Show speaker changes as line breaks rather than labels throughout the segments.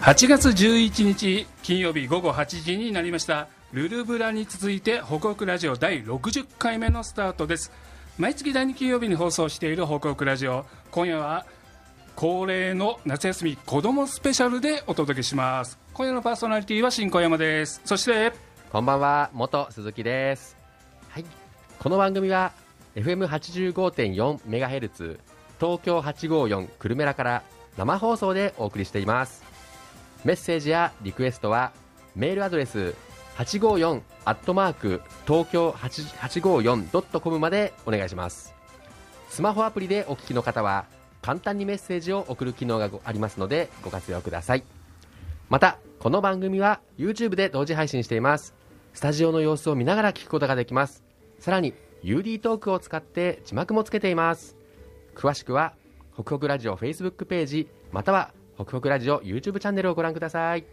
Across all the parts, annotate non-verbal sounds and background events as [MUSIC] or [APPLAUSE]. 8月11日金曜日午後8時になりましたルルブラに続いて北北ラジオ第60回目のスタートです毎月第2金曜日に放送している北北ラジオ今夜は恒例の夏休み子どもスペシャルでお届けします今夜のパーソナリティは新小山ですそして
こんばんは、元鈴木です。はい、この番組は FM 8 5 4メガヘルツ、東京8 5 4久留米らから生放送でお送りしています。メッセージやリクエストはメールアドレス854アットマーク東京 854.com までお願いします。スマホアプリでお聞きの方は簡単にメッセージを送る機能がありますのでご活用ください。またこの番組は YouTube で同時配信していますスタジオの様子を見ながら聞くことができますさらに UD トークを使って字幕もつけています詳しくは北北ラジオ Facebook ページまたは北北ラジオ YouTube チャンネルをご覧ください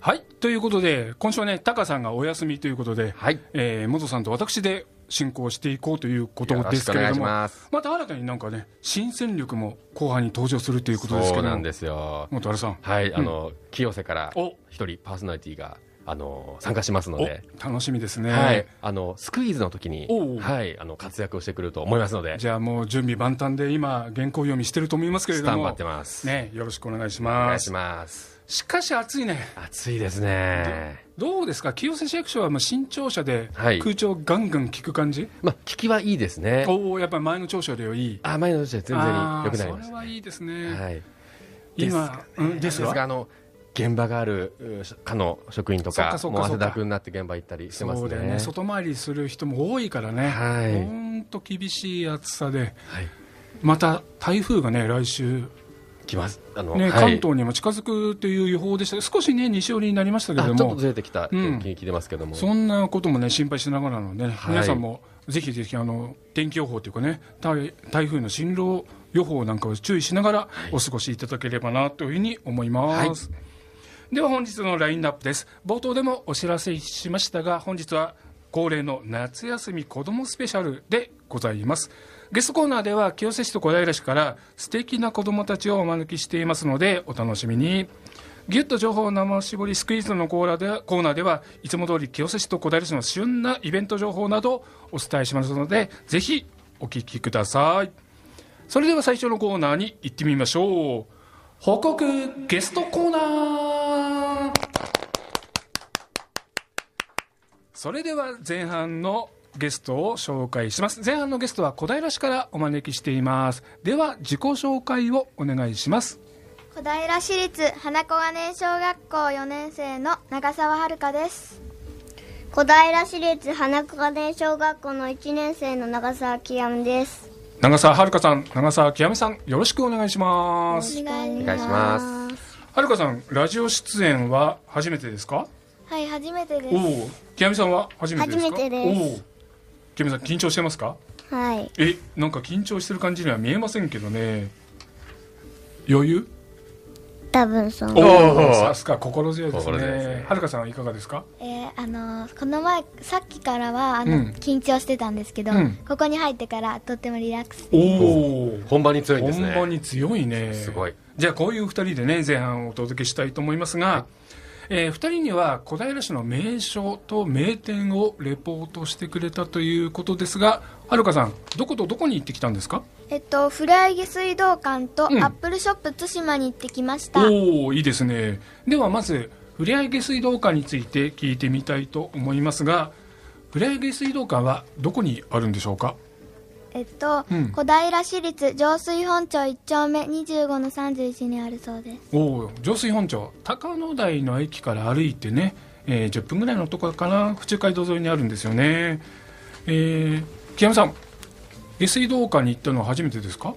はいということで今週はねタカさんがお休みということで、
はい
えー元さんと私で進行していこうということ
よろ
で
し
す
く
け
お
れ
願い
ど
し
も
ます
また新たになんかね新戦力も後半に登場するということですけど
すよ
元原さん
はいあの、清瀬から
お
一人パーソナリティがあの参加しますの
お
で
楽しみですね、
はい、あのスクイーズの時に
おう、
はい、あの活躍をしてくると思いますので
じゃあもう準備万端で今原稿読みしてると思いますけれども
スタンバってます
ね、よろしくお願いし
お願
ま
い
す
します
しかし暑いね
暑いですね
どうですか清瀬市役所はもう新庁舎で
はい
空調ガンガン効く感じ、
まあ、聞きはいいですね。
おおやっぱり前の庁舎よりはいい
あ、前の年は全然良くなり
あー
まし
それ
た、
はいいですね、
はい。
今うんで
ですす
が
が、あの、現場がある、う課の職員と
そっか
か、
そっか
もう
そ
汗
っか
だくになって現場行ったりしてます
そうだよ
ね。
ね外回りする人も多いからね、
はい
本当厳しい暑さで、
はい。
また台風がね、来週、
来ます。あの、
ね
はい
関東にも近づくという予報でした少しね、西寄りになりましたけれど
あちょっ
も
と、ずれてきたって
うん
聞いてますけども。
そんなこともね、心配しながらのね、
はい
皆さんもぜひぜひあの、天気予報というかね、台台風の進路予報なんかを注意しながら、お過ごしいただければなというふうに思います。では本日のラインナップです。冒頭でもお知らせしましたが、本日は恒例の夏休み子どもスペシャルでございます。ゲストコーナーでは清瀬市と小平市から素敵な子どもたちをお招きしていますのでお楽しみに。ギュッと情報を生絞りスクイーズのコーナーではコーナーではいつも通り清瀬市と小平市の旬なイベント情報などをお伝えしますのでぜひお聞きくださいそれでは最初のコーナーに行ってみましょう報告ゲストコーナーそれでは前半のゲストを紹介します前半のゲストは小平市からお招きしていますでは自己紹介をお願いします
小平市立花子金井小学校4年生の長澤遥です小平市立花子金井小学校の1年生の長澤きやむです
長澤はるかさん、長澤きやめさん、よろしくお願いします。
お願
いします
はるかさん、ラジオ出演は初めてですか。
はい初めてで
おお、きやめさんは初めてですか。
初めてです
おお、きやめさん緊張してますか。
すはい
え、なんか緊張してる感じには見えませんけどね。余裕。
多分そ
お
う
お
お、
お
さすが心強いです
心強いです
ね
ね。
はるかさんはいかがですか。
えーあのーこの前さっきからはあの、
うん
緊張してたんですけど、
うん
ここに入ってからとってもリラックス
おお。
本番に強いんですね。
本番に強いね
すごい
じゃあこういう2人でね前半をお届けしたいと思いますが、え2人には小平市の名所と名店をレポートしてくれたということですがはるかさんどことどこに行ってきたんですか
えっとふれあいげ水道館とア
うん
ップルショップ対馬に行ってきました、
おおいいですねではまずふれあいげ水道館について聞いてみたいと思いますがふれあいげ水道館はどこにあるんでしょうか
えっと、
うん
小平市立上水本町1丁目25の31にあるそうです
おお上水本町高野台の駅から歩いてね、えー10分ぐらいのところかな府中街道沿いにあるんですよねえー、木山さん下水道館に行ったのは初めてですか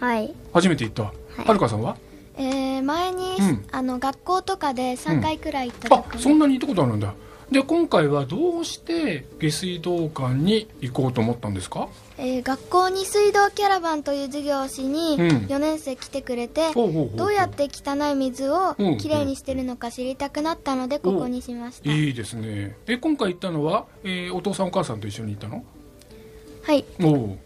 はい
初めて行った、はるかさんは
えー、前に、
うん
あの学校とかで3回くらい行ったと
あ
ころ、
そんなに行ったことあるんだで今回はどうして下水道館に行こうと思ったんですか
えー学校に水道キャラバンという授業をしに
うん
4年生来てくれて、
ほうほうほう
どうやって汚い水を
うん
きれいにしてるのか知りたくなったのでここにしました、
いいですねで今回行ったのは、えーお父さんお母さんと一緒に行ったの
はい
おお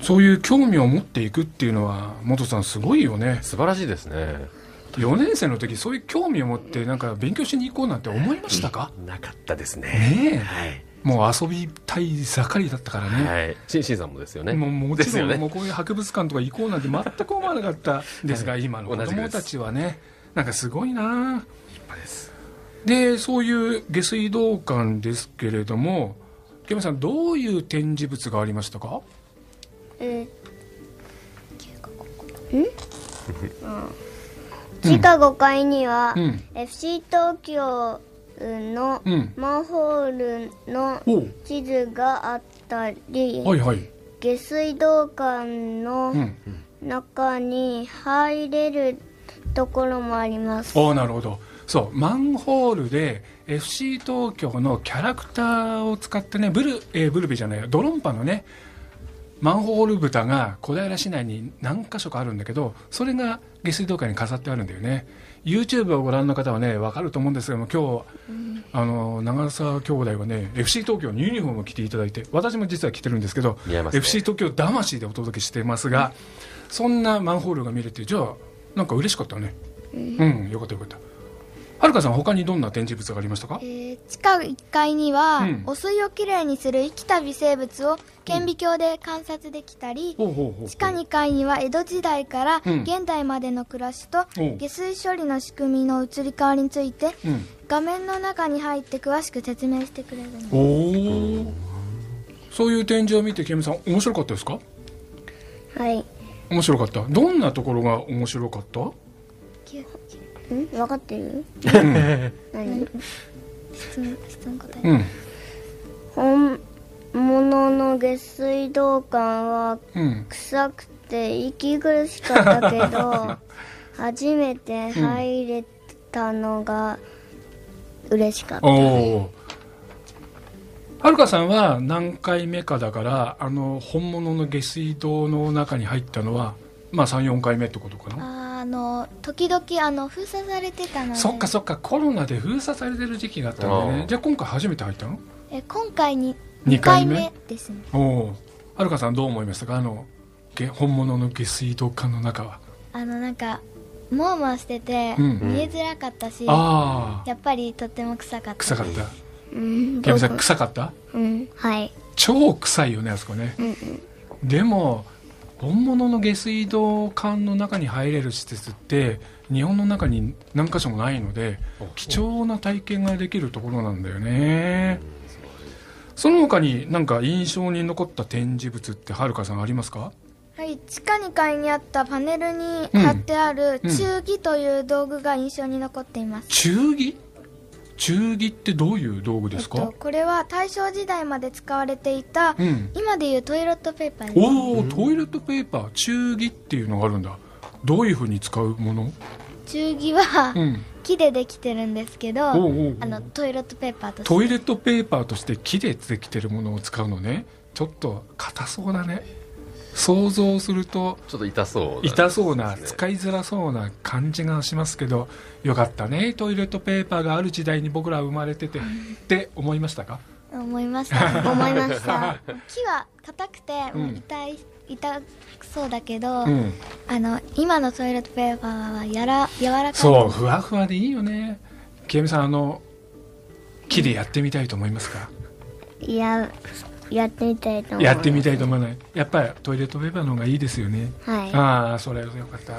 そういう興味を持っていくっていうのは元さんすごいよね
素晴らしいですね。
4年生の時そういう興味を持ってなんか勉強しに行こうなんて思いましたか、
なかったですね。
ね
はい。
えもう遊びたい盛りだったからね、
はい。シンシンさんもですよね。
もうも
で
ち
す
ろ
よ
ん、
ね
もうこういう博物館とか行こうなんて全く思わなかったですが、今の子
同じく
供
です
たちはねなんかすごいな
立派です。
でそういう下水道館ですけれども池上さんどういう展示物がありましたか
うん地下5階には、
うん
FC 東京の
うん
マンホールの
お
地図があったり、
はいはい
下水道管の
うん
中に入れるところもあります。
ああなるほどそうマンホールで FC 東京のキャラクターを使ってねブル,、えーブルビーじゃないやドロンパのねマンホール蓋が小平市内に何箇所かあるんだけどそれが下水道管に飾ってあるんだよね YouTube をご覧の方はね分かると思うんですけども今日あの長澤兄弟はね FC 東京のユニフォームを着ていただいて私も実は着てるんですけど
似合いますね
FC 東京魂でお届けしてますがそんなマンホールが見れてじゃあなんか嬉しかったねうん、よかったよかった。はるかさん、他にどんな展示物がありましたか
え。ー地下1階には、
うん
汚水をきれいにする生きた微生物を顕微鏡で観察できたり、
ほうほうほう
地下2階には江戸時代から
うん
現代までの暮らしと
おう
下水処理の仕組みの移り変わりについて
うん。
画面の中に入って詳しく説明してくれるの
おお。そういう展示を見て、けみさん、面白かったですか。
はい。
面白かった。どんなところが面白かった。
ん分かってる何
質問質問答え
うん。
本物の下水道管は
うん。
臭くて息苦しかったけど
[LAUGHS]
初めて入れたのが嬉しかった、
おお。はるかさんは何回目かだから、あの本物の下水道の中に入ったのは。まあ、三四回目ってことか
あ
な。
ーあの時々あの封鎖されてたので
そっかそっか、コロナで封鎖されてる時期があったんだ
あ
ね
ー。
じゃあ、今回初めて入ったの。
えー今回に
二
2
回
回
目
目ですね
おおはるかさんどう思いましたかあのげ本物の下水道管の中は、
あのなんかもわもわしてて、
うん
見えづらかったし
ああ
やっぱりとっても臭かった
臭かった
うん
池上さん臭かった
うんはい
超臭いよねあそこね、でも本物の下水道管の中に入れる施設って日本の中に何箇所もないので貴重な体験ができるところなんだよねその他に何か印象に残った展示物ってはるかさんありますか
はい、地下2階にあったパネルに
うん
貼ってある
うん
忠義という道具が印象に残っています、
忠義忠義ってどういう道具で
えっ
すか、
と、これは大正時代まで使われていた、
うん
今でいうトイレットペーパーです
おおトイレットペーパー忠義っていうのがあるんだどういうふうに使うもの
忠義は、
うん
木でできてるんですけど
おうおうおう
あのトイレットペーパーとして
トイレットペーパーとして木でできてるものを使うのねちょっと硬そうだね想像すると
ちょっと痛そう。
痛そうな使いづらそうな感じがしますけどよかったねトイレットペーパーがある時代に僕らは生まれててって思いましたか
思い
[LAUGHS]
ました
思いました
木は硬くて
うん
もう痛い、痛そうだけど、
うん
あの今のトイレットペーパーはやら柔らかい
そうふわふわでいいよね清美さんあの木でやってみたいと思いますか
いややってみたいと思いま
や
す
ってみたいと思わないやっぱりトイレットペーパーの方がいいですよね
はい
ああそれよかった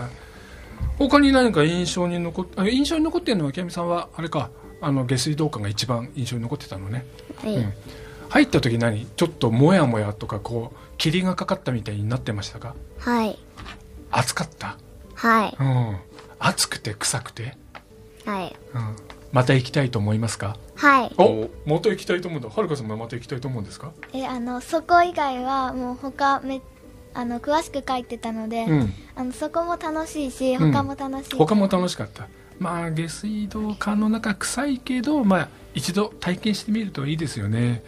他に何か印象に残っあ印象に残ってるのは清美さんはあれかあの下水道管が一番印象に残ってたのね、
はい、
うん、入った時何ちょっとモヤモヤとかこう霧がかかったみたいになってましたか
はい
暑かった
はい
うん暑くて臭くて、
はい
うん、また行きたいと思いますか
はい
おまた行きたいと思うんだはるかさんもまた行きたいと思うんですか
えあのそこ以外はもう他めあの詳しく書いてたので、
うん
あのそこも楽しいし
うん
他も楽しい、
他も楽しかったまあ下水道管の中臭いけどまあ一度体験してみるといいですよね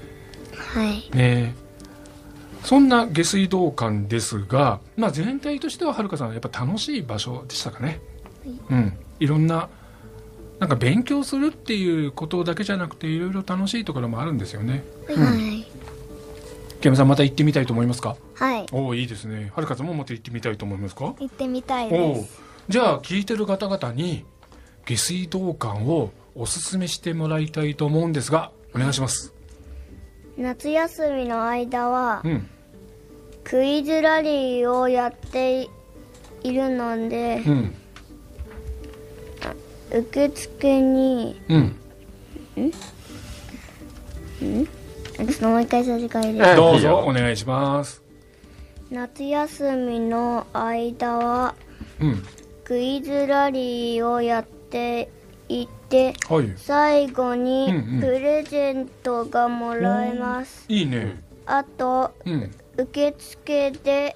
はい
ねえそんな下水道管ですが、まあ、全体としてははるかさんやっぱ楽しい場所でしたかねうんいろんななんか勉強するっていうことだけじゃなくていろいろ楽しいところもあるんですよね
はい
池山さんまた行ってみたいと思いますか
はい
おおいいですねはるかさんもまた行ってみたいと思いますか
行ってみたい
お
で
お
す
じゃあ聞いてる方々に下水道管をおすすめしてもらいたいと思うんですがお願いします
夏休みの間は
うん
クイズラリーをやっているので
うん
受付に
うん
あちょっともう一回させていいです
はい
どう
いいよ
ぞお願いします
夏休みの間は
うん
クイズラリーをやっていて
はい
最後に
うんうん
プレゼントがもらえます、
いいね
あと
うん
受付で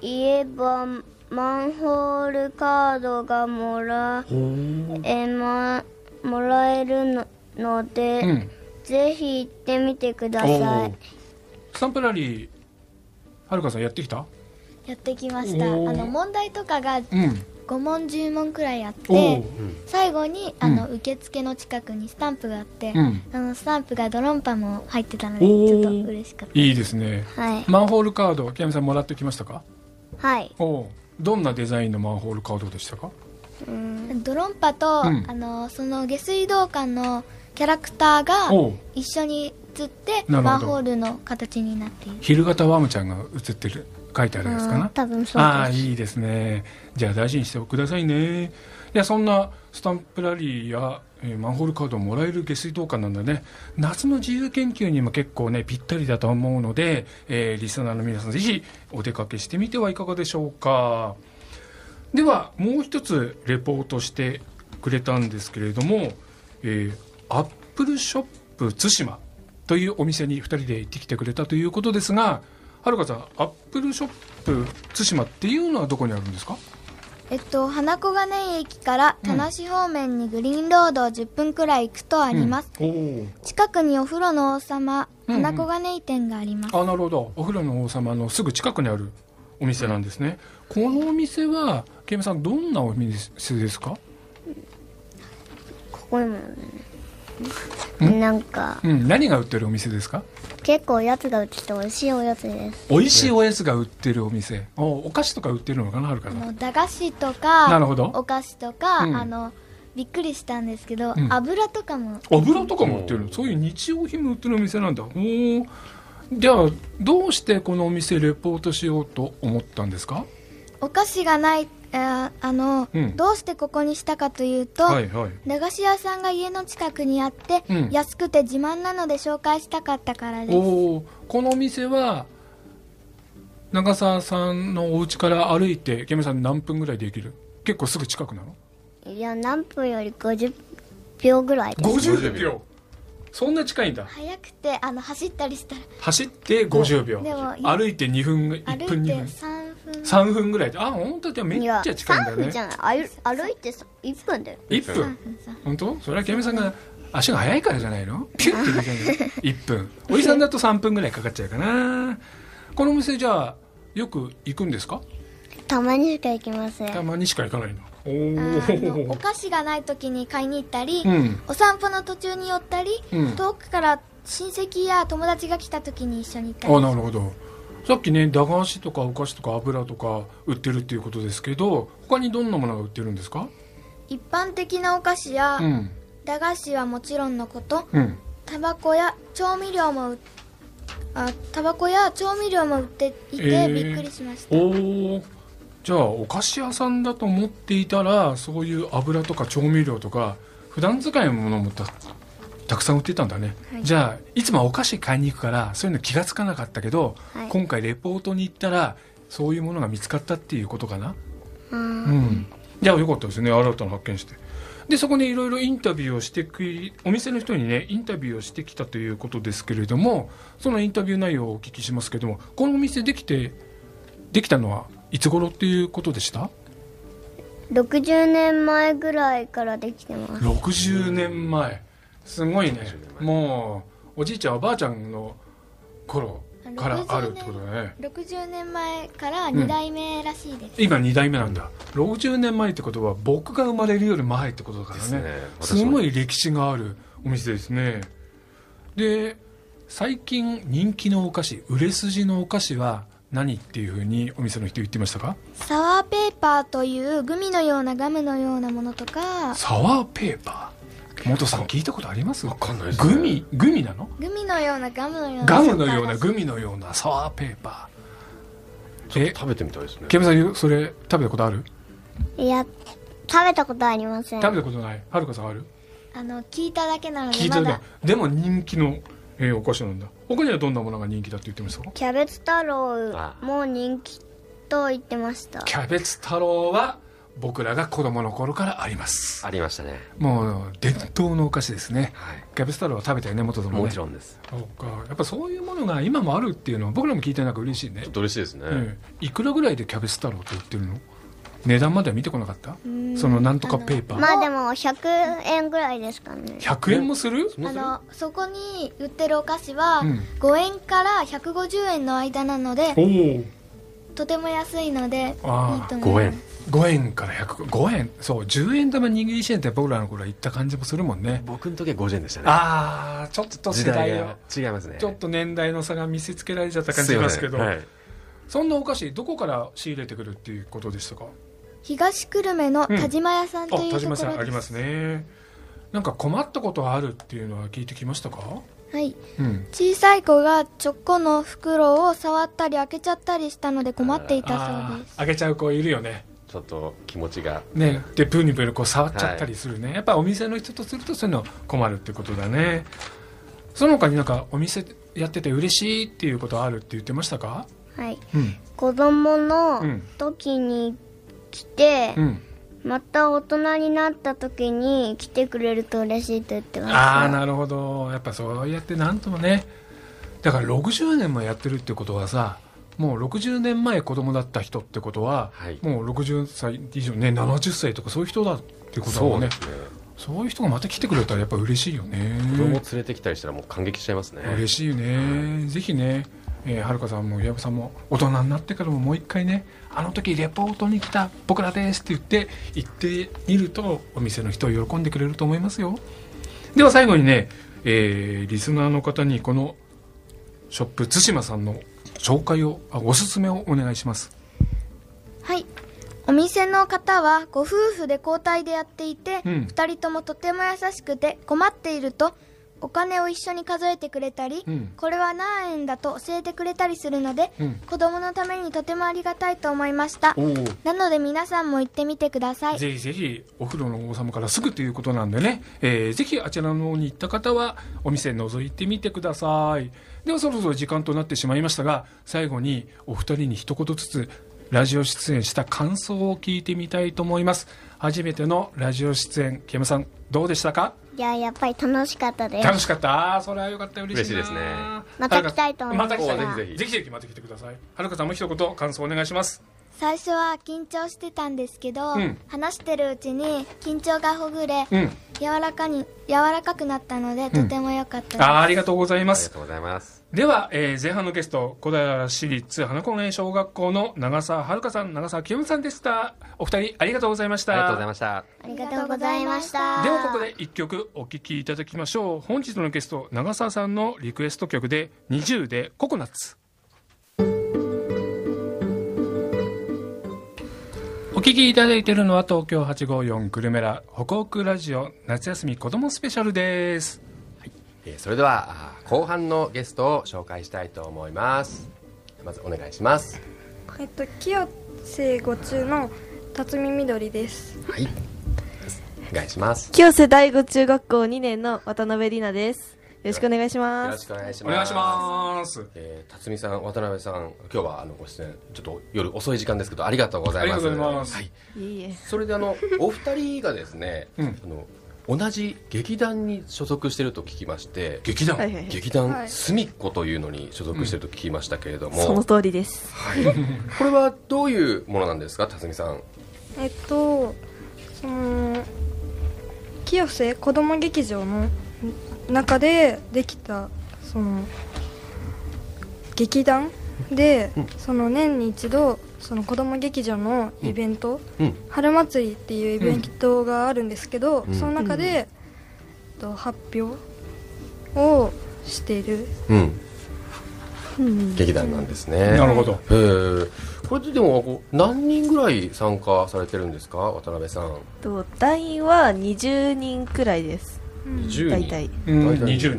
言えばマンホールカードがもらえまもらえるのので、
うん
ぜひ行ってみてくだ
お
さい
ースタンプラリーはるかさんやってきた
やってきましたあ
おー
の問題とかが
うん
5問10問くらいあっ
お
て
ー
最後にあの、受付の近くにスタンプがあって、
うん
あのスタンプがドロンパも入ってたので
おー
ちょっと嬉しかった
いいですね
はい
マンホールカード木山さんもらってきましたか
はい
おおどんなデザインのマンホールカードでしたか
ドロンパと、
うん
あのその下水道管のキャラクターが
おう
一緒に映って
なるほど
マンホールの形になっている
昼型ワームちゃんが写ってる書いてあるやつかな
多分そう
ああ
です
いいですねじゃあ大事にしてくださいねいやそんなスタンプラリーや、えーマンホールカードをもらえる下水道管なんだね夏の自由研究にも結構ねぴったりだと思うので、えーリスナーの皆さんぜひお出かけしてみてはいかがでしょうかではもう一つレポートしてくれたんですけれども、えーアップルショップ対馬というお店に2人で行ってきてくれたということですがはるかさんアップルショップ対馬っていうのはどこにあるんですか
えっと花小金井駅から田無方面にグリーンロードを10分くらい行くとあ
あ
ります、、
うん
近くにお風呂の王様
うんうん
花小金井店があります、
おーあなるほどお風呂の王様のすぐ近くにあるお店なんですね、このお店はケイムさんどんなお店ですか
ここにもあるね
ん
なんか
うん何が売ってるお店ですか
結構おやつが売ってて美味しいおやつです
美味しいおやつが売ってるお店おお菓子とか売ってるのかなはるか
あ
さん
の駄菓子と
なるほ
か
ど
お菓子とか、
うん
あのびっくりしたんですけど、
うん
油とかも
油とかも売って
う
る
ん
そういう日用品も売ってるお店なんだおーじゃあどうしてこのお店レポートしようと思ったんですか
お菓子がないえーあの、
うん
どうしてここにしたかというと、
はいはい
駄菓子屋さんが家の近くにあって、
うん
安くて自慢なので紹介したかったからです
おーこのお店は長澤さんのお家から歩いてケムさん何分ぐらいで行ける結構すぐ近くなの
いや何分より50秒ぐらいです
50秒そんな近いんだ
早くてあの走ったりしたら
走って50秒
でも
歩いて2分1
歩
分
い
2
て
分
3分
3分ぐらいであ本当だめっ
い
ち
や
ゃ近いんだ
3分じ
ね
ゃないあゆ歩いてさ1分だよ
1分本当それはケムさんが足が速いからじゃないのピュッてできるんだよ1分おじさんだと3分ぐらいかかっちゃうかなこのお店じゃあよく行くんですか
たまにしか行きません
たまにしか行かないのお
あーあのお
ー
菓子がない時に買いに行ったり、
うん
お散歩の途中に寄ったり、
うん
遠くから親戚や友達が来た時に一緒に行ったり
あなるほどさっきね駄菓子とかお菓子とか油とか売ってるっていうことですけど他にどんなものが売ってるんですか
一般的なお菓子や、
うん
駄菓子はもちろんのこと
うん
タバコや調味料も売っあタバコや調味料も売っていて、
えー
びっくりしました
おおじゃあお菓子屋さんだと思っていたらそういう油とか調味料とか普段使いのものもたたくさん売ってたんだね、
はい
じゃあいつもはお菓子買いに行くからそういうの気がつかなかったけど、
はい
今回レポートに行ったらそういうものが見つかったっていうことかな
うん
うん、じゃあよかったですね新たな発見してでそこにいろいろインタビューをしてくいお店の人にねインタビューをしてきたということですけれどもそのインタビュー内容をお聞きしますけどもこのお店できてできたのはいつ頃っていうことでした
60年前ぐらいからできてます
60年前すごいねもうおじいちゃんおばあちゃんの頃からあるってことだね
60年前から2代目らしいです、
今2代目なんだ60年前ってことは僕が生まれるより前ってことだから
ですね
ね
私
す
も
ごい歴史があるお店ですねで最近人気のお菓子売れ筋のお菓子は何っていうふうにお店の人言ってましたか
サワーペーパーというグミのようなガムのようなものとか
サワーペーパー元さん聞いたことあります
わかんないですね
グミグミなの
グミのようなガムのような
ガムのような
サワー
グミのようなサワーペーパ
ち
ー
ょっ
え
と食べてみたいですね
ケムさんそれ食べたことある
いや食べたことありません
食べたことないはるかさんある
あの聞いただけなの
聞
で
いた
ま
だけ
だ
でも人気の、えーお菓子なんだ他にはどんなものが人気だって言ってましたか
キャベツ太
あ
郎
あ
も人気と言ってました
キャベツ太郎は僕らが子供の頃からあります
ありましたね
もう伝統のお菓子ですね
はい
キャベツ太郎は食べたよね元さんもね
もちろんです
そうかやっぱそういうものが今もあるっていうのは僕らも聞いてなんか嬉しいね
ちょっと嬉しいですね、
ええいくらぐらいでキャベツ太郎って売ってるの値段までは見てこなかったそのなんとかペーパー、
まあでも100円ぐらいですかね
100円もする、
どう
あ
する
のそこに売ってるお菓子は、
うん
5円から150円の間なので
おお
とても安いのでいいと
あー
思います
5円
5円から105円そう10円玉握りし円って僕らの頃は言った感じもするもんね
僕の時は50円でしたね
ああちょっと世代
が
よ
違いますね
ちょっと年代の差が見せつけられちゃった感じ
す
し
いま
ま
せ
す
ん
けど
はい
そんなお菓子どこから仕入れてくるっていうことでしたか
東久留米の田島屋さん
あ
という
田
と
島
ころです、
さんありますねなんか困ったことあるっていうのは聞いてきましたか
はい、
うん
小さい子がチョコの袋を触ったり開けちゃったりしたので困っていたそう
あ
です
ーあげちゃう子いるよね
ちょっと気持ちが
ねでプーニプルこう触っちゃったりするね、やっぱお店の人とするとそういうの困るってことだねその他になんかお店やってて嬉しいっていうことあるって言ってましたか
はい
うん
子供
う
の
ん
時に来て、
うん
また大人になった時に来てくれると嬉しいと言ってました
ああなるほどやっぱそうやってなんともねだから60年もやってるってことはさもう60年前子供だった人ってことは、
はい
もう60歳以上ね70歳とかそういう人だってことだもんね
ね
そういう人がまた来てくれたらやっぱ嬉しいよね
子供連れてきたりしたらもう感激しちゃいますね
嬉しいね、ぜひね、えーはるかさんも矢部さんも大人になってからももう一回ねあの時レポートに来た僕らですって言って行ってみるとお店の人喜んでくれると思いますよでは最後にね、えーリスナーの方にこのショップ対馬さんの紹介をあおすすめをお願いします
はいお店の方はご夫婦で交代でやっていて、
う
二
ん
2人ともとても優しくて困っているとお金を一緒に数えてくれたり、
うん
これは何円だと教えてくれたりするので、
うん
子供のためにとてもありがたいと思いました
おお
なので皆さんも行ってみてください
ぜひぜひお風呂の王様からすぐということなんでね、えーぜひあちらの方に行った方はお店覗いてみてくださいではそろそろ時間となってしまいましたが最後にお二人に一言ずつラジオ出演した感想を聞いてみたいと思います初めてのラジオ出演ケムさんどうでしたか
いややっぱり楽しかったです
楽しかったあーそれはよかった嬉しいな
嬉しいですね
また来たいと思います
た来たい
おーぜひぜひ
ぜひぜひまた来てくださいはるかさんも一言感想お願いします
最初は緊張してたんですけど、
うん
話してるうちに緊張がほぐれ、
うん
柔らかに柔らかくなったのでとても良かったです、
あーありがとうございま
あり
す
がとうございます
では、えー前半のゲスト小平市立花子園小学校の長澤遥さん長澤清美さんでしたお二人ありがとうございまし
あ
た
りがとうございました
ありがとうございました
ではここで一曲お聴きいただきましょう本日のゲスト長澤さんのリクエスト曲で「20でココナッツ」お聴きいただいているのは東京854グルメラ北北ラジオ夏休み子どもスペシャルです
えーそれではあー後半のゲストを紹介したいと思いますまずお願いします
えっと、清瀬五中の辰巳みどりです。
はいお願いしますよ
清瀬第五中学校2年の渡辺里奈です。よろしくお願いしま
ろ
す
し。くお願いし
お
ます
願いします
えー、辰巳さん渡辺さん今日はあのご出演ちょっと夜遅い時間ですけどありがとうございます
ありがとうございます
はい、
いえいえ。
それで
[LAUGHS]
あのお二人がですね、
うん
あの同じ劇団に所属してると聞きまして
劇団
はいはいはい。
劇団
はい
すみっこというのに所属してると聞きましたけれども、
その通りです。
はい、これはどういうものなんですか辰巳さん
えっと、その、清瀬子供劇場の中でできた、その、劇団で、その年に一度、その子供劇場のイベント、
うん
春祭りっていうイベントがあるんですけど、
うん
その中で、えっと発表をしている
うん劇団なんですね。
なるほど。
へーこれででもこう何人ぐらい参加されてるんですか渡辺さん
と団員は20人くらいです
10人
大体
うん、
大体
20人。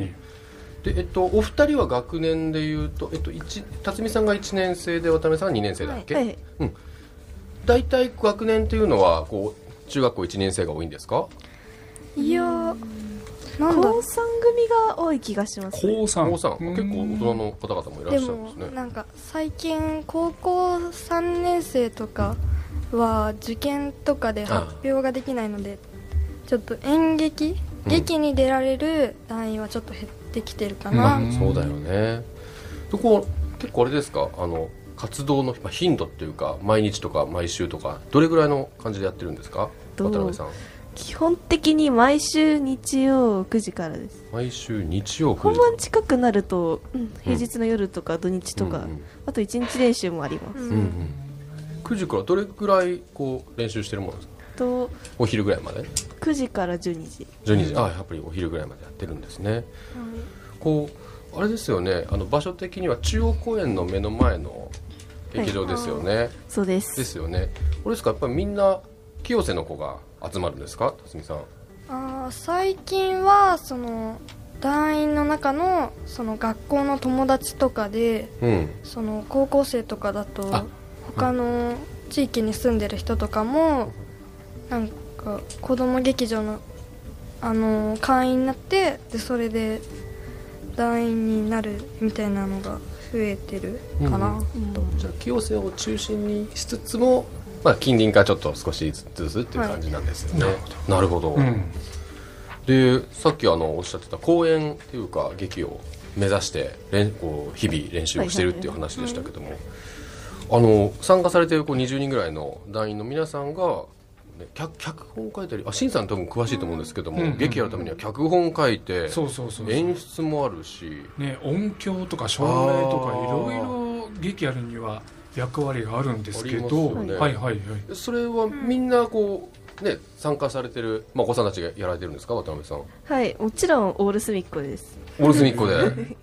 でえっとお二人は学年でいうとえっと一辰巳さんが1年生で渡辺さんは2年生だっけ、
はいはい
大体学年っていうのはこう中学校1年生が多いんですか
いやーなんだ
高三組が多い気がしますね
高三。
高さん
うん
結構大人の方々もいらっ
で
しゃるん
も
ですね
なんか最近高校3年生とかは受験とかで発表ができないのでちょっと演劇、
うん
劇に出られる団員はちょっと減ってきてるか
ま
な、
あ
うんそうだよねそこ結構あれですかあの活動のまあ頻度っていうか毎日とか毎週とかどれぐらいの感じでやってるんですか渡
どう
辺さん
基本的に毎週日曜9時からです
毎週日曜9
本
時
番近くなると、うん平日の夜とか土日とか、
うんうん
あと1日練習もあります、
うん
9時からどれぐらいこう練習してるものですか
と
お昼ぐらいまで
9時から12時
12時、あやっぱりお昼ぐらいまでやってるんですね、こうあれですよねあの場所的には中央公園の目の前の劇場ですよね、
そうで
ですすよねこれですかやっぱりみんな清瀬の子が集まるんですか辰巳さん
あー最近はその団員の中のその学校の友達とかで
うん
その高校生とかだ
あ
と他の地域に住んでる人とかもなんか子供劇場のあの会員になってでそれで団員になるみたいなのが増えてるかな、
じゃあ清瀬を中心にしつつも、まあ、近隣からちょっと少しずつっていう感じなんですよね、なるほど、
うん。
でさっきあのおっしゃってた公演っていうか劇を目指してれんこう日々練習をしてるっていう話でしたけども、あの参加されてるこう20人ぐらいの団員の皆さんが、ね、脚脚本書いたりあ新さん多分詳しいと思うんですけども、
うんうん
劇やるためには脚本書いて、
そうそうそうそう。
演出もあるし
ね、音響とか照明とか
あ
い
ー
ろいろ劇やるには役割があるんですけ
あります
ど、
よね
はいはいはい。
それはみんなこう、ね、参加されてる、まあ、お子さんたちがやられてるんですか渡辺さん。
はいもちろんオールスミっ子です
オールスミッコで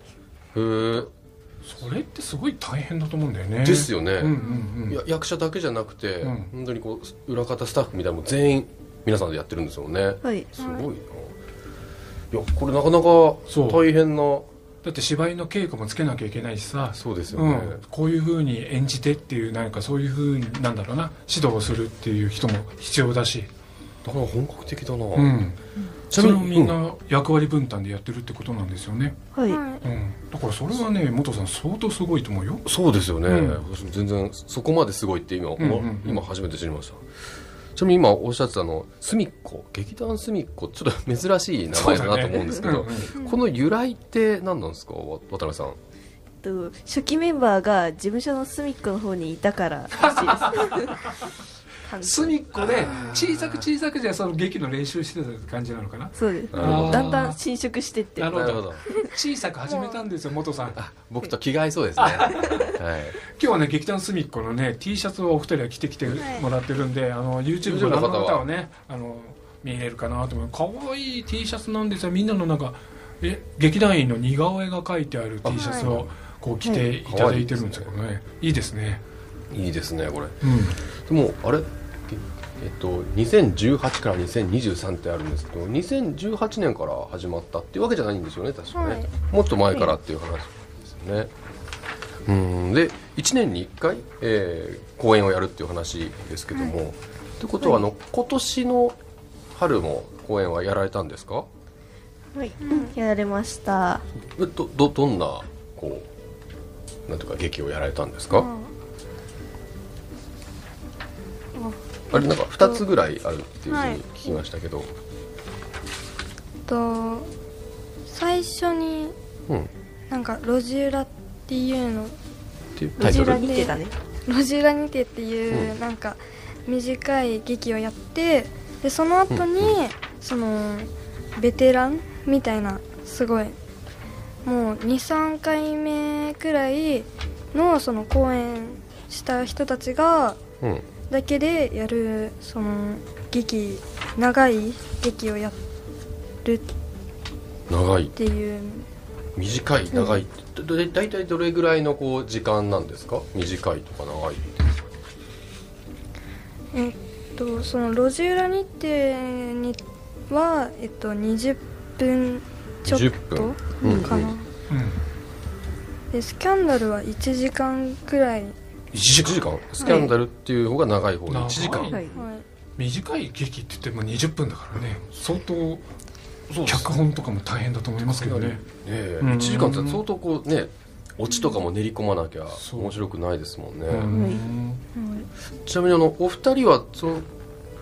へ
それってすごい大変だと思うんだよね。
えです
よ。
よね。
うんうんうん。
や役者だけじゃなくて、
うん
本当にこう裏方スタッフみたいなのも全員皆さんでやってるんですよね
はい
すごいな、い、やこれなかなか
そう
大変な
だって芝居の稽古もつけなきゃいけないしさ、
そうですよ
う
ね、
ん、こういうふうに演じてっていうなんかそういうふうになんだろうな指導をするっていう人も必要だし、
だから本格的だな、
うん、
ち
それ
なみ
を
に
みんな役割分担でやってるってことなんですよね、
はい、
は
う
い
ん、だからそれはね元さん相当すごいと思うよ
そうですよね、
うん
私も全然そこまですごいって今、
んうん
今初めて知りましたちなみに今おっしゃってたあのすみっこ劇団すみっこちょっと珍しい名前だなと思うんですけど、この由来って何なんですかわ渡辺さん
と初期メンバーが事務所の隅っこの方にいたかららしいです感じ
隅っこで小さく小さくじゃあその劇の練習してたって感じなのかな
[LAUGHS] そうです
なるほど
だんだん侵食してって
なるほど
なるほど
小さく始めたんですよ元さん今
あ僕と気が合いそうですねはい
日はね劇団隅っこのね T シャツをお二人は着てきてもらってるんで、あの YouTube の
YouTube の方
方
は
はねあの見れるかなと思うかわいい T シャツなんですよみんなのなんかえ劇団員の似顔絵が描いてある T シャツをこう着ていただいてるんですけどね、い、いですね、
いいですねこれ
うん、
でもあれええっと2018から2023ってあるんですけど2018年から始まったっていうわけじゃないんですよね確かね、
はい
もっと前からっていう話ですよねうんで1年に1回、えー公演をやるっていう話ですけども、ってことはあの、今年の春も公演はやられたんですか
はい、やられました
えどどどんなこうなんとか劇をやられたんですか、あれなんか2つぐらいあるっていうふうに聞きましたけど、
と最初に
うん
なんか路地裏っていうの
っていうタ
路
イトル
地裏に出たね
路地裏にてっていう、
うん
なんか短い劇をやってでその後に、そのベテランみたいなすごいもう23回目くらいのその公演した人たちが
うん
だけでやるその劇長い劇をやるっ
長い
ていう
短い長いってどれ大体どれぐらいのこう時間なんですか短いとか長いって
えっとその路地裏日程にはえっと20分ちょっ
10
と
分うん
かな、
うん
でスキャンダルは1時間くらい、
1時間スキャンダルっていう方が長い方で1時間、
長い
はい。
はい
短い劇って言っても20分だからね相当
そうです
脚本とかも大変だと思いますけどね
え
う
え
ん
1時間って相当こうねオチとかも練り込まなきゃ
そう
面白くないですもんね、
うん
ちなみにあのお二人はその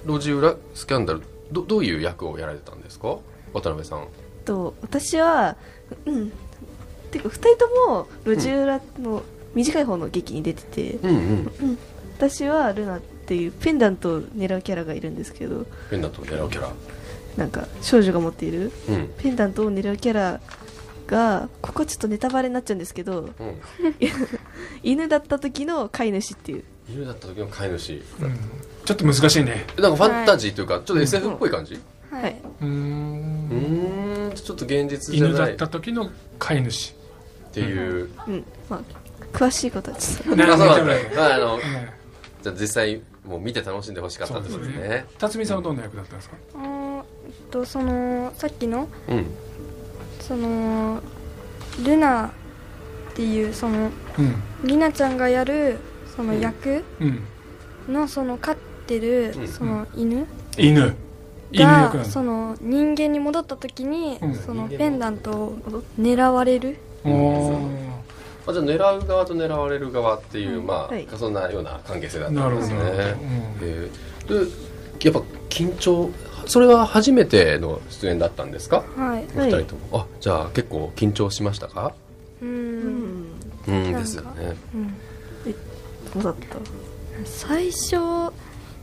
路地裏スキャンダルどどういう役をやられてたんですか渡辺さん
と私はうんてか2人とも路地裏の短い方の劇に出てて、
うんうん
私はルナっていうペンダントを狙うキャラがいるんですけど
ペンダントを狙うキャラ
なんか少女が持っている
うん
ペンダントを狙うキャラがここちょっとネタバレになっちゃうんですけど
うん
犬だった時の飼い主っていう
犬だった時の飼い主
うんちょっと難しいね
なんかファンタジーというか、ちょっと SF っぽい感じ
はい
はい
うん
うーんちょっと現実じゃ
犬
な
だ
いっ
った時の飼い主
ていう
うんまあ詳しいことはちょっと
な
あ
る
そう
ほ
なん
ど
ですねまああの
え
じゃあ実際もう見て楽しんでほしかったってことです
そう
ね
え辰巳さんはどんな役だったんですか
あーえっとそのさっきの
うん
そのルナっていうその
うん
りなちゃんがやるその役
うん
のその飼ってる
うん
その犬
犬犬役な
がそ
の
の人間に戻った時に
うん
そのペンダントを狙われる
お
あじゃあ狙う側と狙われる側っていう、
うん
まあ、
はい
そんなような関係性だっ
ー
た
なんるほ
です
ど
ね
なるほどうん
えーでやっぱ緊張それは初めての出演だったんですか
はい
お
は
二人
い
とも、あじゃあ結構緊張しましたか
う、
うんん
うん
か
ですよね
うん、
どうだった
最初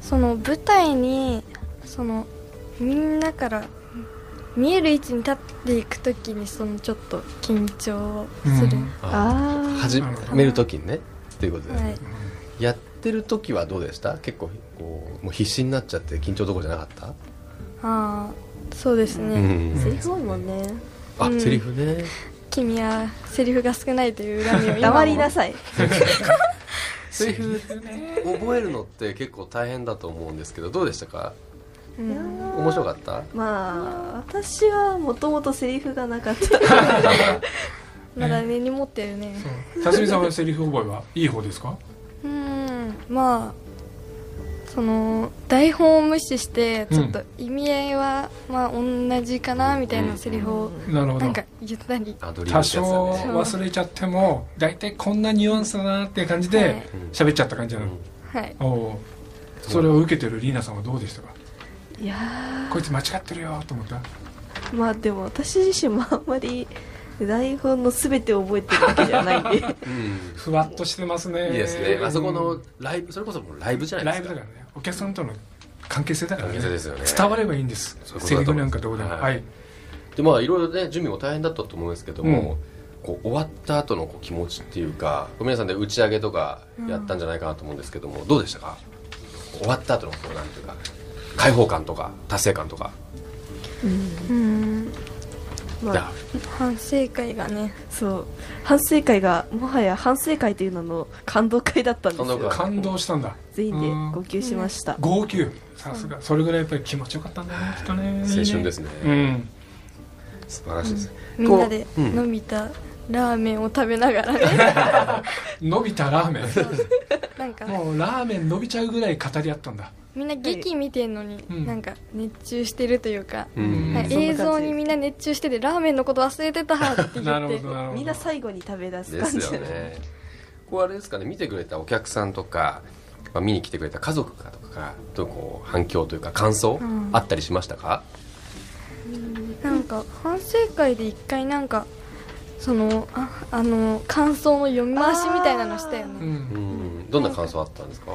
その舞台にそのみんなから見える位置に立っていく時にそのちょっと緊張する、
うん
あ
ああ
始める時にねということで、
はい
やってる時はどうでした結構こうもう必死になっちゃって緊張どころじゃなかった、
ああそうですね、
うん
セリフ多いもんね
あ、
うん
セリフね
君はセリフが少ないという恨みを今も
[LAUGHS] 黙りなさい
セリフ覚えるのって結構大変だと思うんですけどどうでしたか
うん
面白かった
まあ私はもともとセリフがなかった
まだ根に持ってるね
そう辰巳さんはセリフ覚えはいい方ですか
うんまあその台本を無視してちょっと意味合いは、まあ同じかなみたいなセリフを
なるほ
なん
ど
か言ったり
アドリブ
多
って
少
やつだね
忘れちゃっても大体こんなニュアンスだなっていう感じで喋っちゃった感じなの
はい
おーそれを受けてるリーナさんはどうでしたか
[LAUGHS] いや
こいつ間違ってるよと思った
ーまあでも私自身もあんまり台本の全てを覚えてるわけじゃないんで
う
[LAUGHS]
ん
ふわっとしてますね
いいですね、あそこのライブそれこそもうライブじゃない
ラ
で
イ
す
ブ
か
だからねお客さんとの関係性だからね
関係性ですよね
伝わればいいんです
そういうこと
セ
だ
リフ
と思い
な
ます
んかどうでも
はい
はい
でまあいろいろね準備も大変だったと思うんですけども、こう終わった後のこう気持ちっていうか皆さんで打ち上げとかやったんじゃないかなと思うんですけども、どうでしたか終わった後のこうなんていうか開放感とか達成感とか、
うん
ま
じ
あ
ゃ
反省会がね
そう反省会がもはや反省会という名の感動会だったんです
感動
よ
会
感動したんだ
全員
うん
で号泣しました
号泣さすがそれぐらいやっぱり気持ちよかったんだねきっとね
青春ですね、
うん
素晴らしいですね、
みんなで
うん
伸びたラーメンを食べながらね
伸びたラーメン
なんか
もうラーメン伸びちゃうぐらい語り合ったんだ
みんな劇見てんのに、
うん
なんか熱中してるというか、
うん
うん
は
そんな
い
感じ
映像にみんな熱中しててラーメンのこと忘れてたって言っ
[LAUGHS]
て
なるほどなるほど
みんな最後に食べ出す
で
感
す
じ
よねこうあれですかね見てくれたお客さんとか、まあ、見に来てくれた家族かとかがどうこう反響というか感想、
うん
あったりしましたか
なんか反省会で一回なんかそのああの感想の読み回しみたいなのしたよ
う
ね
ん
うんどんな感想あったんですか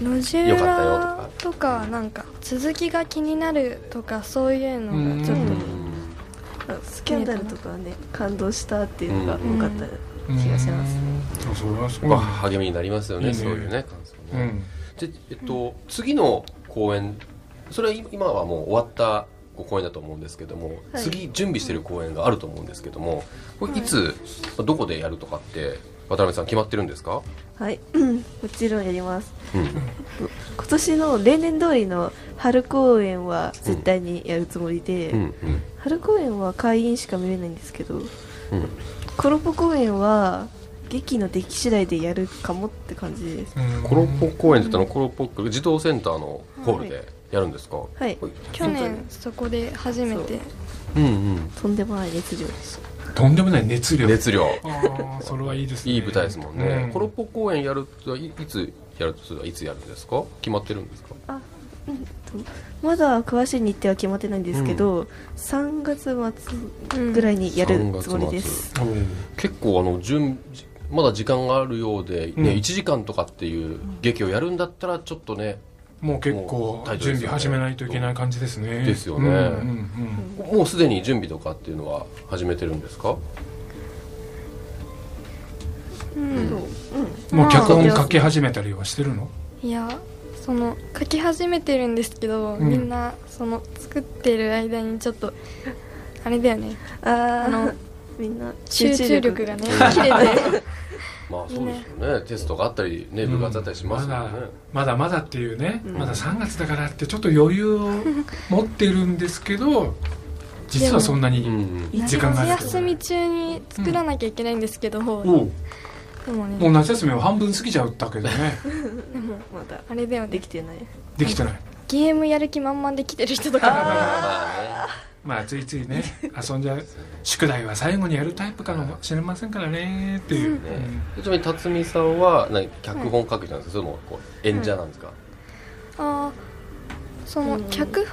路地
よか
裏
った
とかはなんか続きが気になるとかそういうのがちょっ
うん
スキャンダルとかはね感動したっていうのが多かった、
うん
気がします
うんそれはそう
まあ
だ
励みになりますよね
いいね
そういうね感想
ねう
ね、
ん
でえっと次の公演それは今今はもう終わったご公演だと思うんですけども、次準備してる公演があると思うんですけどもこれいつ、どこでやるとかって渡辺さん決まってるんですか、
はい、 [LAUGHS] うん、もちろんやります。
うん、
今年の例年通りの春公演は絶対にやるつもりで、
うんうん
春公演は会員しか見れないんですけど、
うん
コロポ公演は劇の出来次第でやるかもって感じです。
コロッポ公演って言ったのコロッポ児童センターのホールでやるんですかは
はい
去年そこで初めて
うんうん
とんでもない熱量です。
とんでもない熱量
熱量
あーそれはいいですね
いい舞台ですもんね、
うん
コロッポ公演やるとはいいつやるとはいつやるんですか決まってるんですか
まだ詳しい日程は決まってないんですけど、3月末ぐらいにやるつもりです。
結構あの準まだ時間があるようで、ね
うん
1時間とかっていう劇をやるんだったらちょっとね
もう結
も
構
うタイトル
準
ですよね
備始めないといけない感じですね
ですよね
うんうん
もうすでに準備とかっていうのは始めてるんですか
うん
うんもう脚本書き始めたりはしてるの
いやその書き始めてるんですけど、
うん
みんなその作ってる間にちょっとあれだよね
あ
あの
のみんな
集中力がね
集
切
中
れて
まあそうですよねテストがあったりね部活あったりしますよね、
まだまだっていうね、
うん
まだ3月だからってちょっと余裕を持ってるんですけど実はそんな
うん
に
うん
時間があ
夏
る
休み中に作らなきゃいけないんですけど、
おう
で
も
も
う
ね
夏休みは半分過ぎちゃったけどね
でも
まだ
あれだよ
で
ね
きてない。
できてない
ゲームやる気満々で来てる人とか
まあね
まあついつ
[LAUGHS]
いね遊んじゃう宿題は最後にやるタイプかもしれませんからねっていう、
ねちなみに辰巳さんは何脚本書くじゃないですか、それともこう演者なんですか、
あーその脚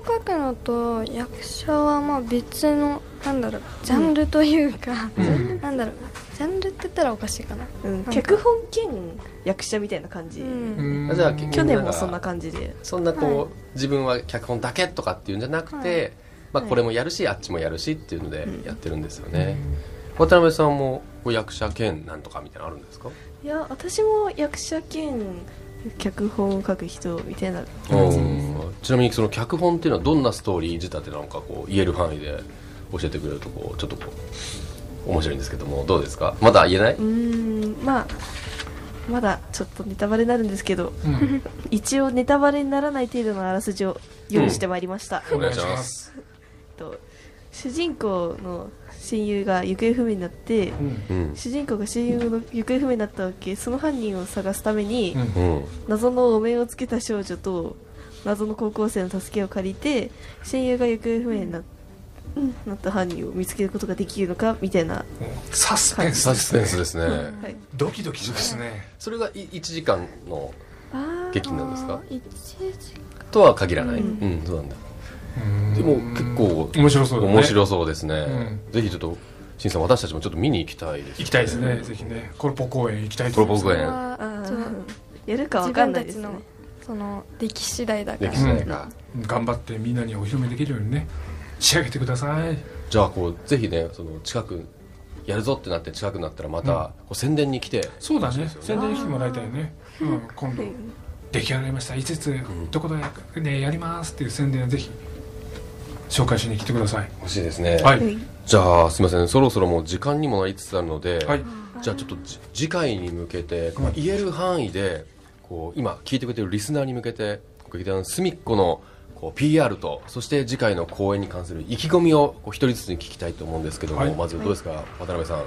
本を書くのと役者はまあ別のなんだろうジャンルというか、
うん
なんだろうジャンルって言ったらおかしいかな
うん、
か
脚本兼役者みたいな感じ、
うん
うん
あじゃあ結局
去年もそんな感じで
そんなこう、
はい
自分は脚本だけとかっていうんじゃなくて、
は
まあ、
はい
これもやるし、あっちもやるしっていうので
うん
やってるんですよね、渡辺さんもこう役者兼なんとかみたいなのあるんですか
いや私も役者兼脚本を書く人みたいな感じです
うんちなみにその脚本っていうのはどんなストーリー仕立てなのかこう言える範囲で教えてくれるとこうちょっとこう面白いんですけどもどうですかまだ言えないう
ーんまあまだちょっとネタバレになるんですけど
うん
一応ネタバレにならない程度のあらすじを用意してまいりました、
お願いします
と主人公の親友が行方不明になって
うん
うん
主人公が親友の行方不明になったわけその犯人を探すために、
うん
うん
謎のお面をつけた少女と謎の高校生の助けを借りて親友が行方不明にな,、なった犯人を見つけることができるのかみたいな、
サスペンス
サ
で
ス
す
ペン
ね
スですね、
い、
ドキドキしますね
それが1時間の劇なんですか
あー一時
とは限らない、う、
うん
そうなんだ
うん
でも結構
面白そうだね
面白そうですね、
う
ぜひちょっとしんさん私たちもちょっと見に行きたいです
行きたいですねぜひねコルポ公園行きたい
プ
と
ロ
思い
ポ
ます
公
間
演
は
あー
ちょっ
やるか
と
わ
自
かん
分
ない
た
で
ち
すね
のその出来次第だか
で
ら
きないか、
頑張ってみんなにお披露目できるようにね仕上げてください
じゃあこうぜひねその近くやるぞってなって近くなったらまた、
うん
こう宣伝に来て
そうだね
ですよ
宣伝に来てもらいたいね、うん、今度出来上がりました5つどこで、ね、やりますっていう宣伝をぜひ紹介しに来てください
欲しいですね、
はい、
じゃあすいませんそろそろもう時間にもなりつつあるので、
はい
じゃあちょっとじ次回に向けて、まあ、言える範囲でこう今聞いてくれてるリスナーに向けて劇団すみっこのこう PR とそして次回の公演に関する意気込みをこう一人ずつに聞きたいと思うんですけども、
はい
まずどうですか、渡辺さん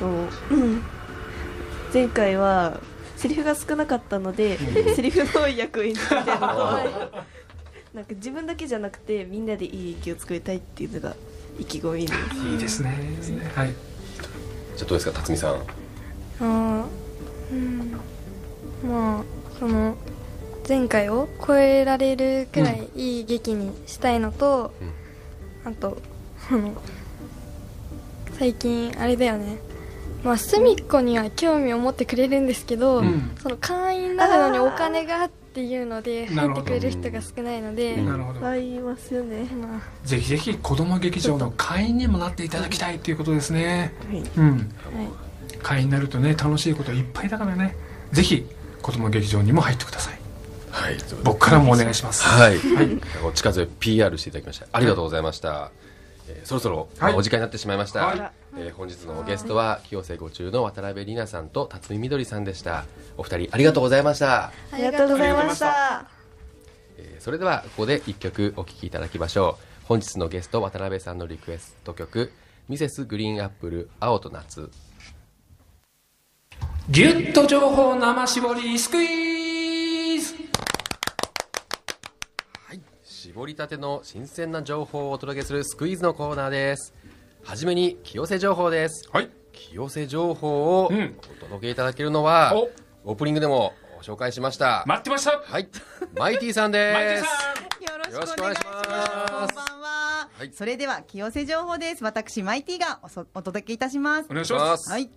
とうん前回はセリフが少なかったのでセリフの多い役を演じたみたいなのをなんか自分だけじゃなくてみんなでいい劇を作りたいっていうのが意気込みです
いいですねはい
じゃあどうですか辰巳さん
あーうんまあその前回を超えられるくらいいい劇にしたいのと、あとその最近あれだよねまあ隅っこには興味を持ってくれるんですけど、
ん
その会員になるのにお金がっていうので
あーな
入
るほ
って
ど
くれる人が少ないので、
うん
なるほど
ありますよね
まあ
ぜひぜひ子ども劇場の会員にもなっていただきたいっていうことですね
はい
うん
はい
会員になるとね楽しいこといっぱいだからねぜひ子ども劇場にも入ってください
はい、ということで
僕からもお願いします。
はい、お力添え PR していただきましてありがとうございました、えーそろそろ、
はい
お時間になってしまいました、
はい
えー本日のゲストは清瀬ご中の渡辺里奈さんと辰巳みどりさんでしたお二人ありがとうございました、
ありがとうございました。
えーそれではここで一曲お聴きいただきましょう本日のゲスト渡辺さんのリクエスト曲ミセスグリーンアップル青と夏
ギュッと情報生絞りスクイーズ
絞りたての新鮮な情報をお届けするスクイーズのコーナーですはじめに清瀬情報です
はい。
清瀬情報を
うん
お届けいただけるのは、
お
オープニングでもご紹介しました、
待ってました
はいマイティさん
マイ
で
ティ
す
さん
よろし
よろしく
く
お
お
願い
願
し
いし
ま
ますす。こんばんは。
はい
それでは清瀬情報です。私マイティがおそお届けいたします
お。願いします。
はい。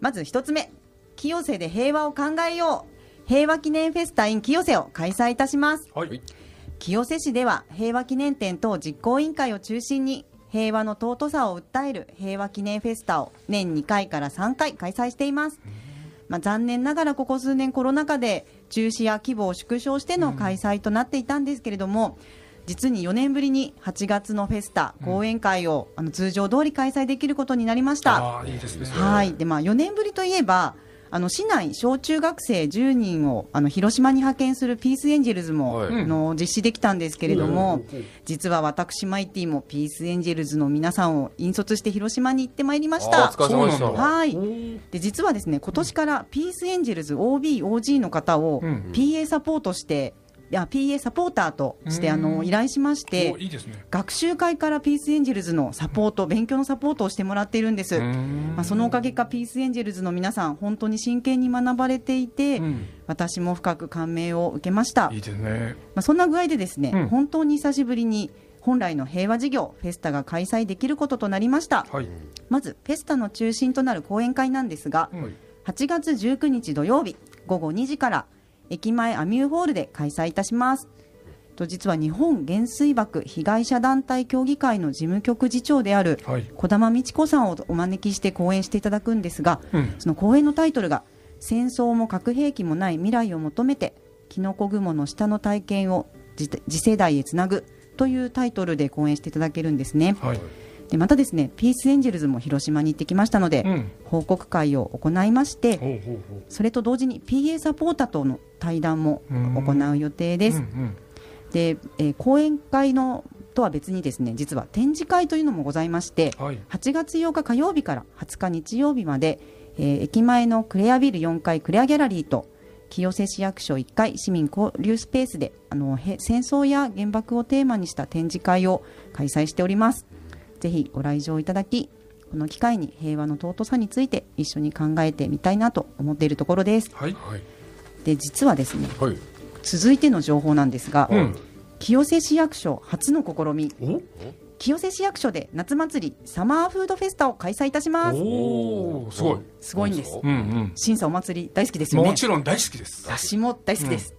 まず一つ目、清瀬で平和を考えよう。平和記念フェスタ in 清瀬を開催いたします。
はい。
清瀬市では平和記念展等実行委員会を中心に平和の尊さを訴える平和記念フェスタを年2回から3回開催しています、まあ、残念ながらここ数年コロナ禍で中止や規模を縮小しての開催となっていたんですけれども、実に4年ぶりに8月のフェスタ講演会を、あの通常通り開催できることになりました
ああ、いいですね。
はい、でまあ4年ぶりといえばあの市内小中学生10人をあの広島に派遣するピースエンジェルズも、
はい
あの実施できたんですけれども、実は私マイティもピースエンジェルズの皆さんを引率して広島に行ってまいりまし
あ
た
お。疲れ様でし
そうなん
た
はいで実はですね今年からピースエンジェルズ OBOG の方を
うん
PA サポートして、いや PA サポーターとしてあ
う
の
ん
依頼しまし
お
て
いいですね。
学習会からピースエンジェルズのサポート勉強のサポートをしてもらっているんです。
うん
まあ、そのおかげかピースエンジェルズの皆さん本当に真剣に学ばれていて、
うん
私も深く感銘を受けました
いいですね。
まあ、そんな具合でですね、
うん
本当に久しぶりに本来の平和事業フェスタが開催できることとなりました
はい。
まずフェスタの中心となる講演会なんですが、
うん
8月19日土曜日午後2時から駅前アミューホールで開催いたしますと実は日本原水爆被害者団体協議会の事務局次長である
はい
小玉美智子さんをお招きして講演していただくんですが、
うん
その講演のタイトルが「戦争も核兵器もない未来を求めてキノコ雲の下の体験を次次世代へつなぐ」というタイトルで講演していただけるんですね
はい。
でまたですねピースエンジェルズも広島に行ってきましたので、
うん
報告会を行いまして、
ほうほうほう。
それと同時に PA サポーターとの対談も行う予定です。
うん
で、えー講演会のとは別にですね、実は展示会というのもございまして、
うん。はい。
8月8日火曜日から20日日曜日まで、えー駅前のクレアビル4階クレアギャラリーと清瀬市役所1階市民交流スペースであのへ戦争や原爆をテーマにした展示会を開催しておりますぜひご来場いただきこの機会に平和の尊さについて一緒に考えてみたいなと思っているところです
はい。
はい
で実はですね
はい
続いての情報なんですが、
うん
清瀬市役所初の試み
お
清瀬市役所で夏祭りサマーフードフェスタを開催いたします
おーすごい。
すごいんです
うんうん。
審査お祭り大好きですよね
もちろん大好きです。
私も大好きです、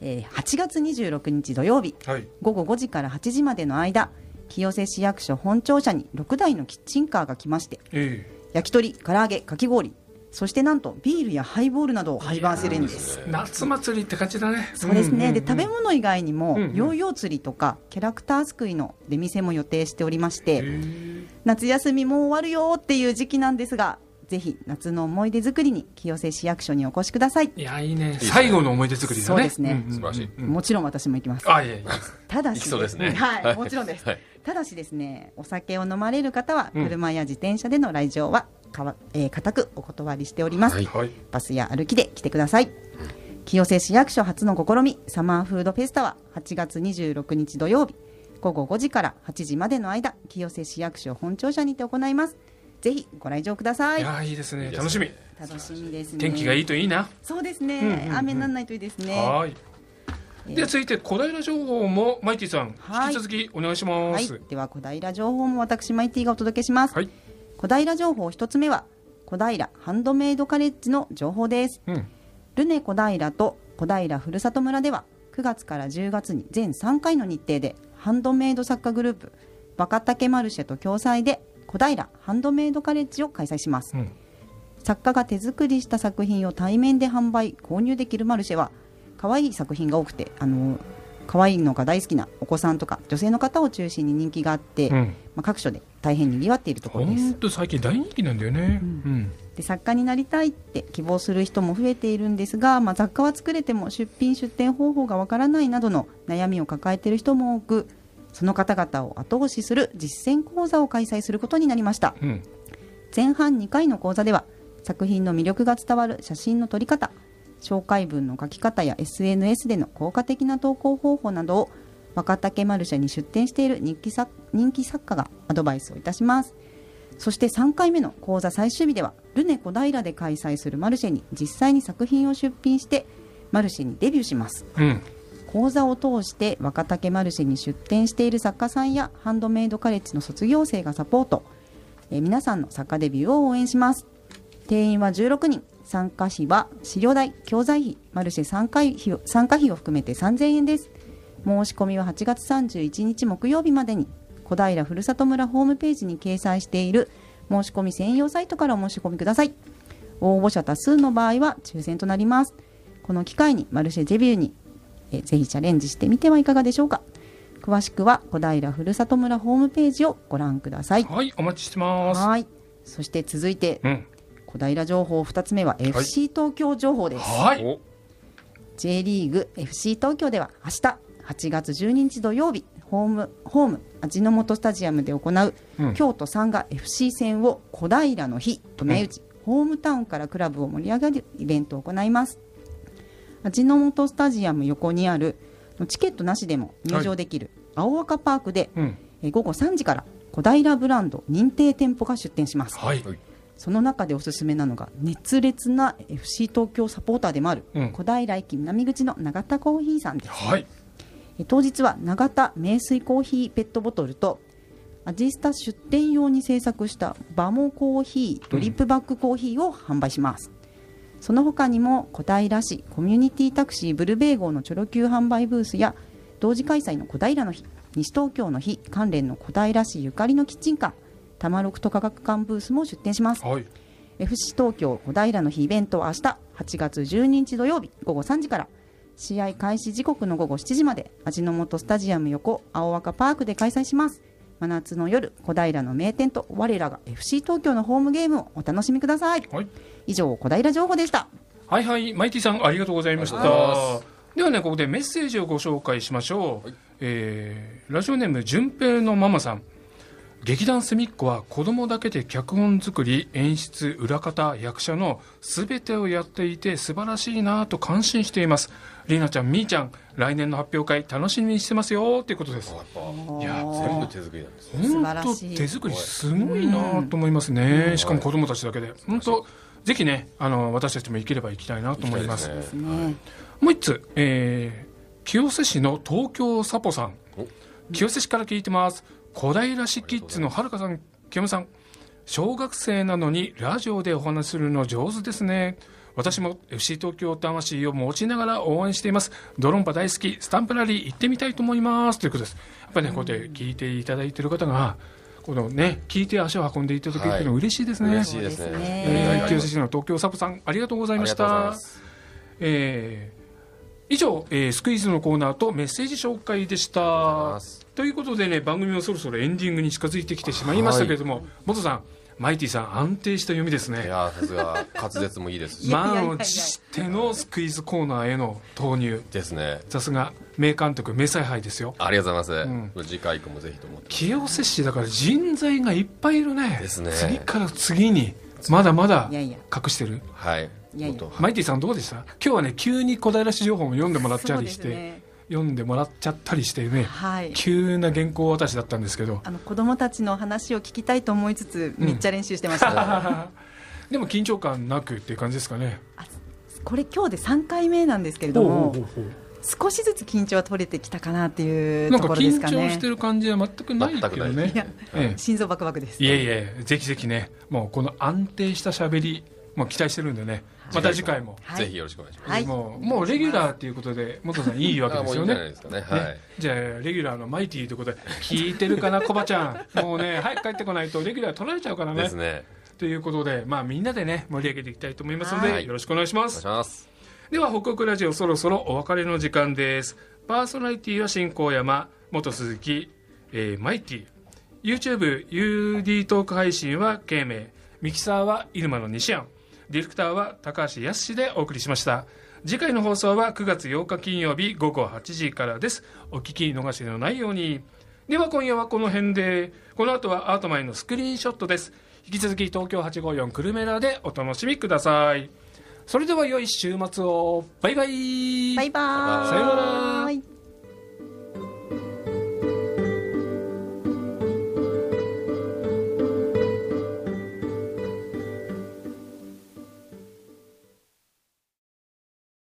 えー8月26日土曜日
はい。
午後5時から8時までの間清瀬市役所本庁舎に6台のキッチンカーが来まして
え
焼き鳥唐揚げかき氷そしてなんとビールやハイボールなどを配売するんです
え。夏祭りって感じだね。
そうですね、
んんん
で食べ物以外にも、
うんうん
ヨーヨー釣りとかキャラクターすくいの出店も予定しておりまし
へ
て、
ー
夏休みもう終わるよっていう時期なんですがぜひ夏の思い出作りに清瀬市役所にお越しください、
いやいいね。最後の思い出作りだね。
そうですね
んんん
素晴らしい。
もちろん私も行きます
あいやいや。
ただ
行
し
きそうですね
はいもちろんです、
はい
ただしですねお酒を飲まれる方は
うん
車や自転車での来場はかわ、えー固くお断りしております、
はい
はい。
バスや歩きで来てください清瀬市役所初の試みサマーフードフェスタは8月26日土曜日午後5時から8時までの間清瀬市役所本庁舎にて行いますぜひご来場くださ
い
い
やーいいです
いい
ね。
ですね
楽しみ。
楽しみですね
天気がいい
い
といいな。
そうですね、
うんうんうん
雨にならないといいですね
はーい。
えー
で続いて小平情報もマイティさん
はい
引き続きお願いしま
はい
す。、
では小平情報も私マイティがお届けします、
はい
小平情報一つ目は小平ハンドメイドカレッジの情報です
うん。
ルネ小平と小平ふるさと村では9月から10月に全3回の日程でハンドメイド作家グループバカタケマルシェと共催で小平ハンドメイドカレッジを開催します、
うん
作家が手作りした作品を対面で販売購入できるマルシェは可愛い作品が多くてあの可愛いのが大好きなお子さんとか女性の方を中心に人気があって、
う
ま
ん、
あ、各所で大変にぎわっているところ
ほ
です
んと最近大人気なんだよね、う
うんで作家になりたいって希望する人も増えているんですが、まあ、雑貨は作れても出品出店方法がわからないなどの悩みを抱えている人も多くその方々を後押しする実践講座を開催することになりました
うん
前半2回の講座では作品の魅力が伝わる写真の撮り方紹介文の書き方や SNS での効果的な投稿方法などを若竹マルシェに出展している人気作人気作家がアドバイスをいたしますそして3回目の講座最終日ではルネ小平で開催するマルシェに実際に作品を出品してマルシェにデビューします
うん
講座を通して若竹マルシェに出展している作家さんやハンドメイドカレッジの卒業生がサポート、えー皆さんの作家デビューを応援します定員は16人参加費は資料代教材費マルシェ参加費を参加費を含めて3000円です申し込みは8月31日木曜日までに小平ふるさと村ホームページに掲載している申し込み専用サイトからお申し込みください応募者多数の場合は抽選となりますこの機会にマルシェデビューにえーぜひチャレンジしてみてはいかがでしょうか詳しくは小平ふるさと村ホームページをご覧ください
はいお待ちしてます
はいそして続いて
うん
小平情報2つ目は FC 東京情報です、
はい
お
J リーグ FC 東京では明日8月12日土曜日ホームホーム味の素スタジアムで行う、
うん
京都サンガ FC 戦を小平の日と銘打ち、ホームタウンからクラブを盛り上げるイベントを行います味の素スタジアム横にあるチケットなしでも入場できる青赤パークで、
うん
えー午後3時から小平ブランド認定店舗が出店します
はい
その中でおすすめなのが熱烈な FC 東京サポーターでもある、
うん
小平駅南口の永田コーヒーさんです、
はい
え当日は永田名水コーヒーペットボトルとアジスタ出店用に制作したバモコーヒードリップバッグコーヒーを販売します、その他にも小平市コミュニティタクシーブルベー号のチョロ Q 販売ブースや同時開催の小平の日西東京の日関連の小平市ゆかりのキッチンカー玉六都科学館ブースも出店します
はい
FC 東京小平の日イベントは明日8月12日土曜日午後3時から試合開始時刻の午後7時まで味の素スタジアム横青赤パークで開催します真夏の夜小平の名店と我らが FC 東京のホームゲームをお楽しみください
はい
以上小平情報でした
はいはい、マイティさんありがとうございました
ありがとうございま。
ではね、ここでメッセージをご紹介しましょう。えーラジオネーム、順平のママさん。劇団すみっこは子供だけで脚本作り、演出、裏方、役者の全てをやっていて素晴らしいなぁと感心しています。りなちゃん、みーちゃん、来年の発表会楽しみにしてますよっていうことです。いや
全部手作りなんですね
素
本
晴ら
当
しい
手作りすごいなと思いますね、
うん
しかも子供たちだけで本当ぜひねあの私たちも行ければ行きたいなと思います
行きたいですね
ね
もう一つ、えー清瀬市の東京サポさん
お
清瀬市から聞いてます小平市キッズのはるかさんケムさん小学生なのにラジオでお話しするの上手ですね私も FC 東京魂を持ちながら応援していますドロンパ大好きスタンプラリー行ってみたいと思いますということですやっぱりねこうやって聞いていただいている方がこのね聞いて足を運んでいただけるっていうのは嬉しいですね、
嬉しいです
そうです
ね
ね
え
あ
ー
りがとうござい
清
ま
瀬市
す
の東京サポさんありがとうございました
ありがとうございます
えー以上、えースクイーズのコーナーとメッセージ紹介でし
ありがとうござい
た
ます
ということでね番組もそろそろエンディングに近づいてきてしまいましたけれども、元さんマイティさん安定した読みです
い
ね
やーさすが滑舌もいいですし
満を持してのスクイーズコーナーへの投入
ですね
さすが名監督名采配ですよ
ありがとうござい
ん
ます次回以降もぜひと思って
清瀬市だから人材がいっぱいいるね
ですね
次から次にまだまだ
いやいや
隠してる
はい
いやいや
もっと
マイティさんどうでした今日はね急に小平市情報も読んでもらっちゃ
そう
り
で
し
す
て、
ね
読んでもらっちゃったりしてね
はい
急な原稿渡しだったんですけど
あの子供たちの話を聞きたいと思いつつめっちゃ練習してました、
[LAUGHS] でも緊張感なくっていう感じですかね
これ今日で3回目なんですけれども少しずつ緊張は取れてきたかなっていう
な
と
んか
ころで
緊
すかね
張してる感じは全くないけどね
全くない
え
心臓バクバクです
えいえいえぜひぜひねもうこの安定したしゃべりもう期待してるんでねまた次回も、
はい
ぜひよろしくお願いします
はい
もうもうレギュラーっていうことで元さんいいわけ
あ
で
もう
す
い
よ
いんじゃない
ね
ですかねは
ね
い、
じゃあレギュラーのマイティということで聞いてるかなコバちゃんもうね早く帰ってこないとレギュラー取られちゃうからね
ですね
ということで、まあ、みんなでね盛り上げていきたいと思いますので、
はい
よろしくお願いしま
お願い
す
します
では北国ラジオそろそろお別れの時間ですパーソナリティは新高山元鈴木、えーマイティ YouTube、UD トーク配信は K 名、ミキサーは入間の西安、ディレクターは高橋康でお送りしました。次回の放送は9月8日金曜日午後8時からです。お聞き逃しのないように。では今夜はこの辺で、この後はアートマイのスクリーンショットです。引き続き東京854クルメラでお楽しみください。それでは良い週末を。バイバイ。
バイバーイ。
さようなら
はい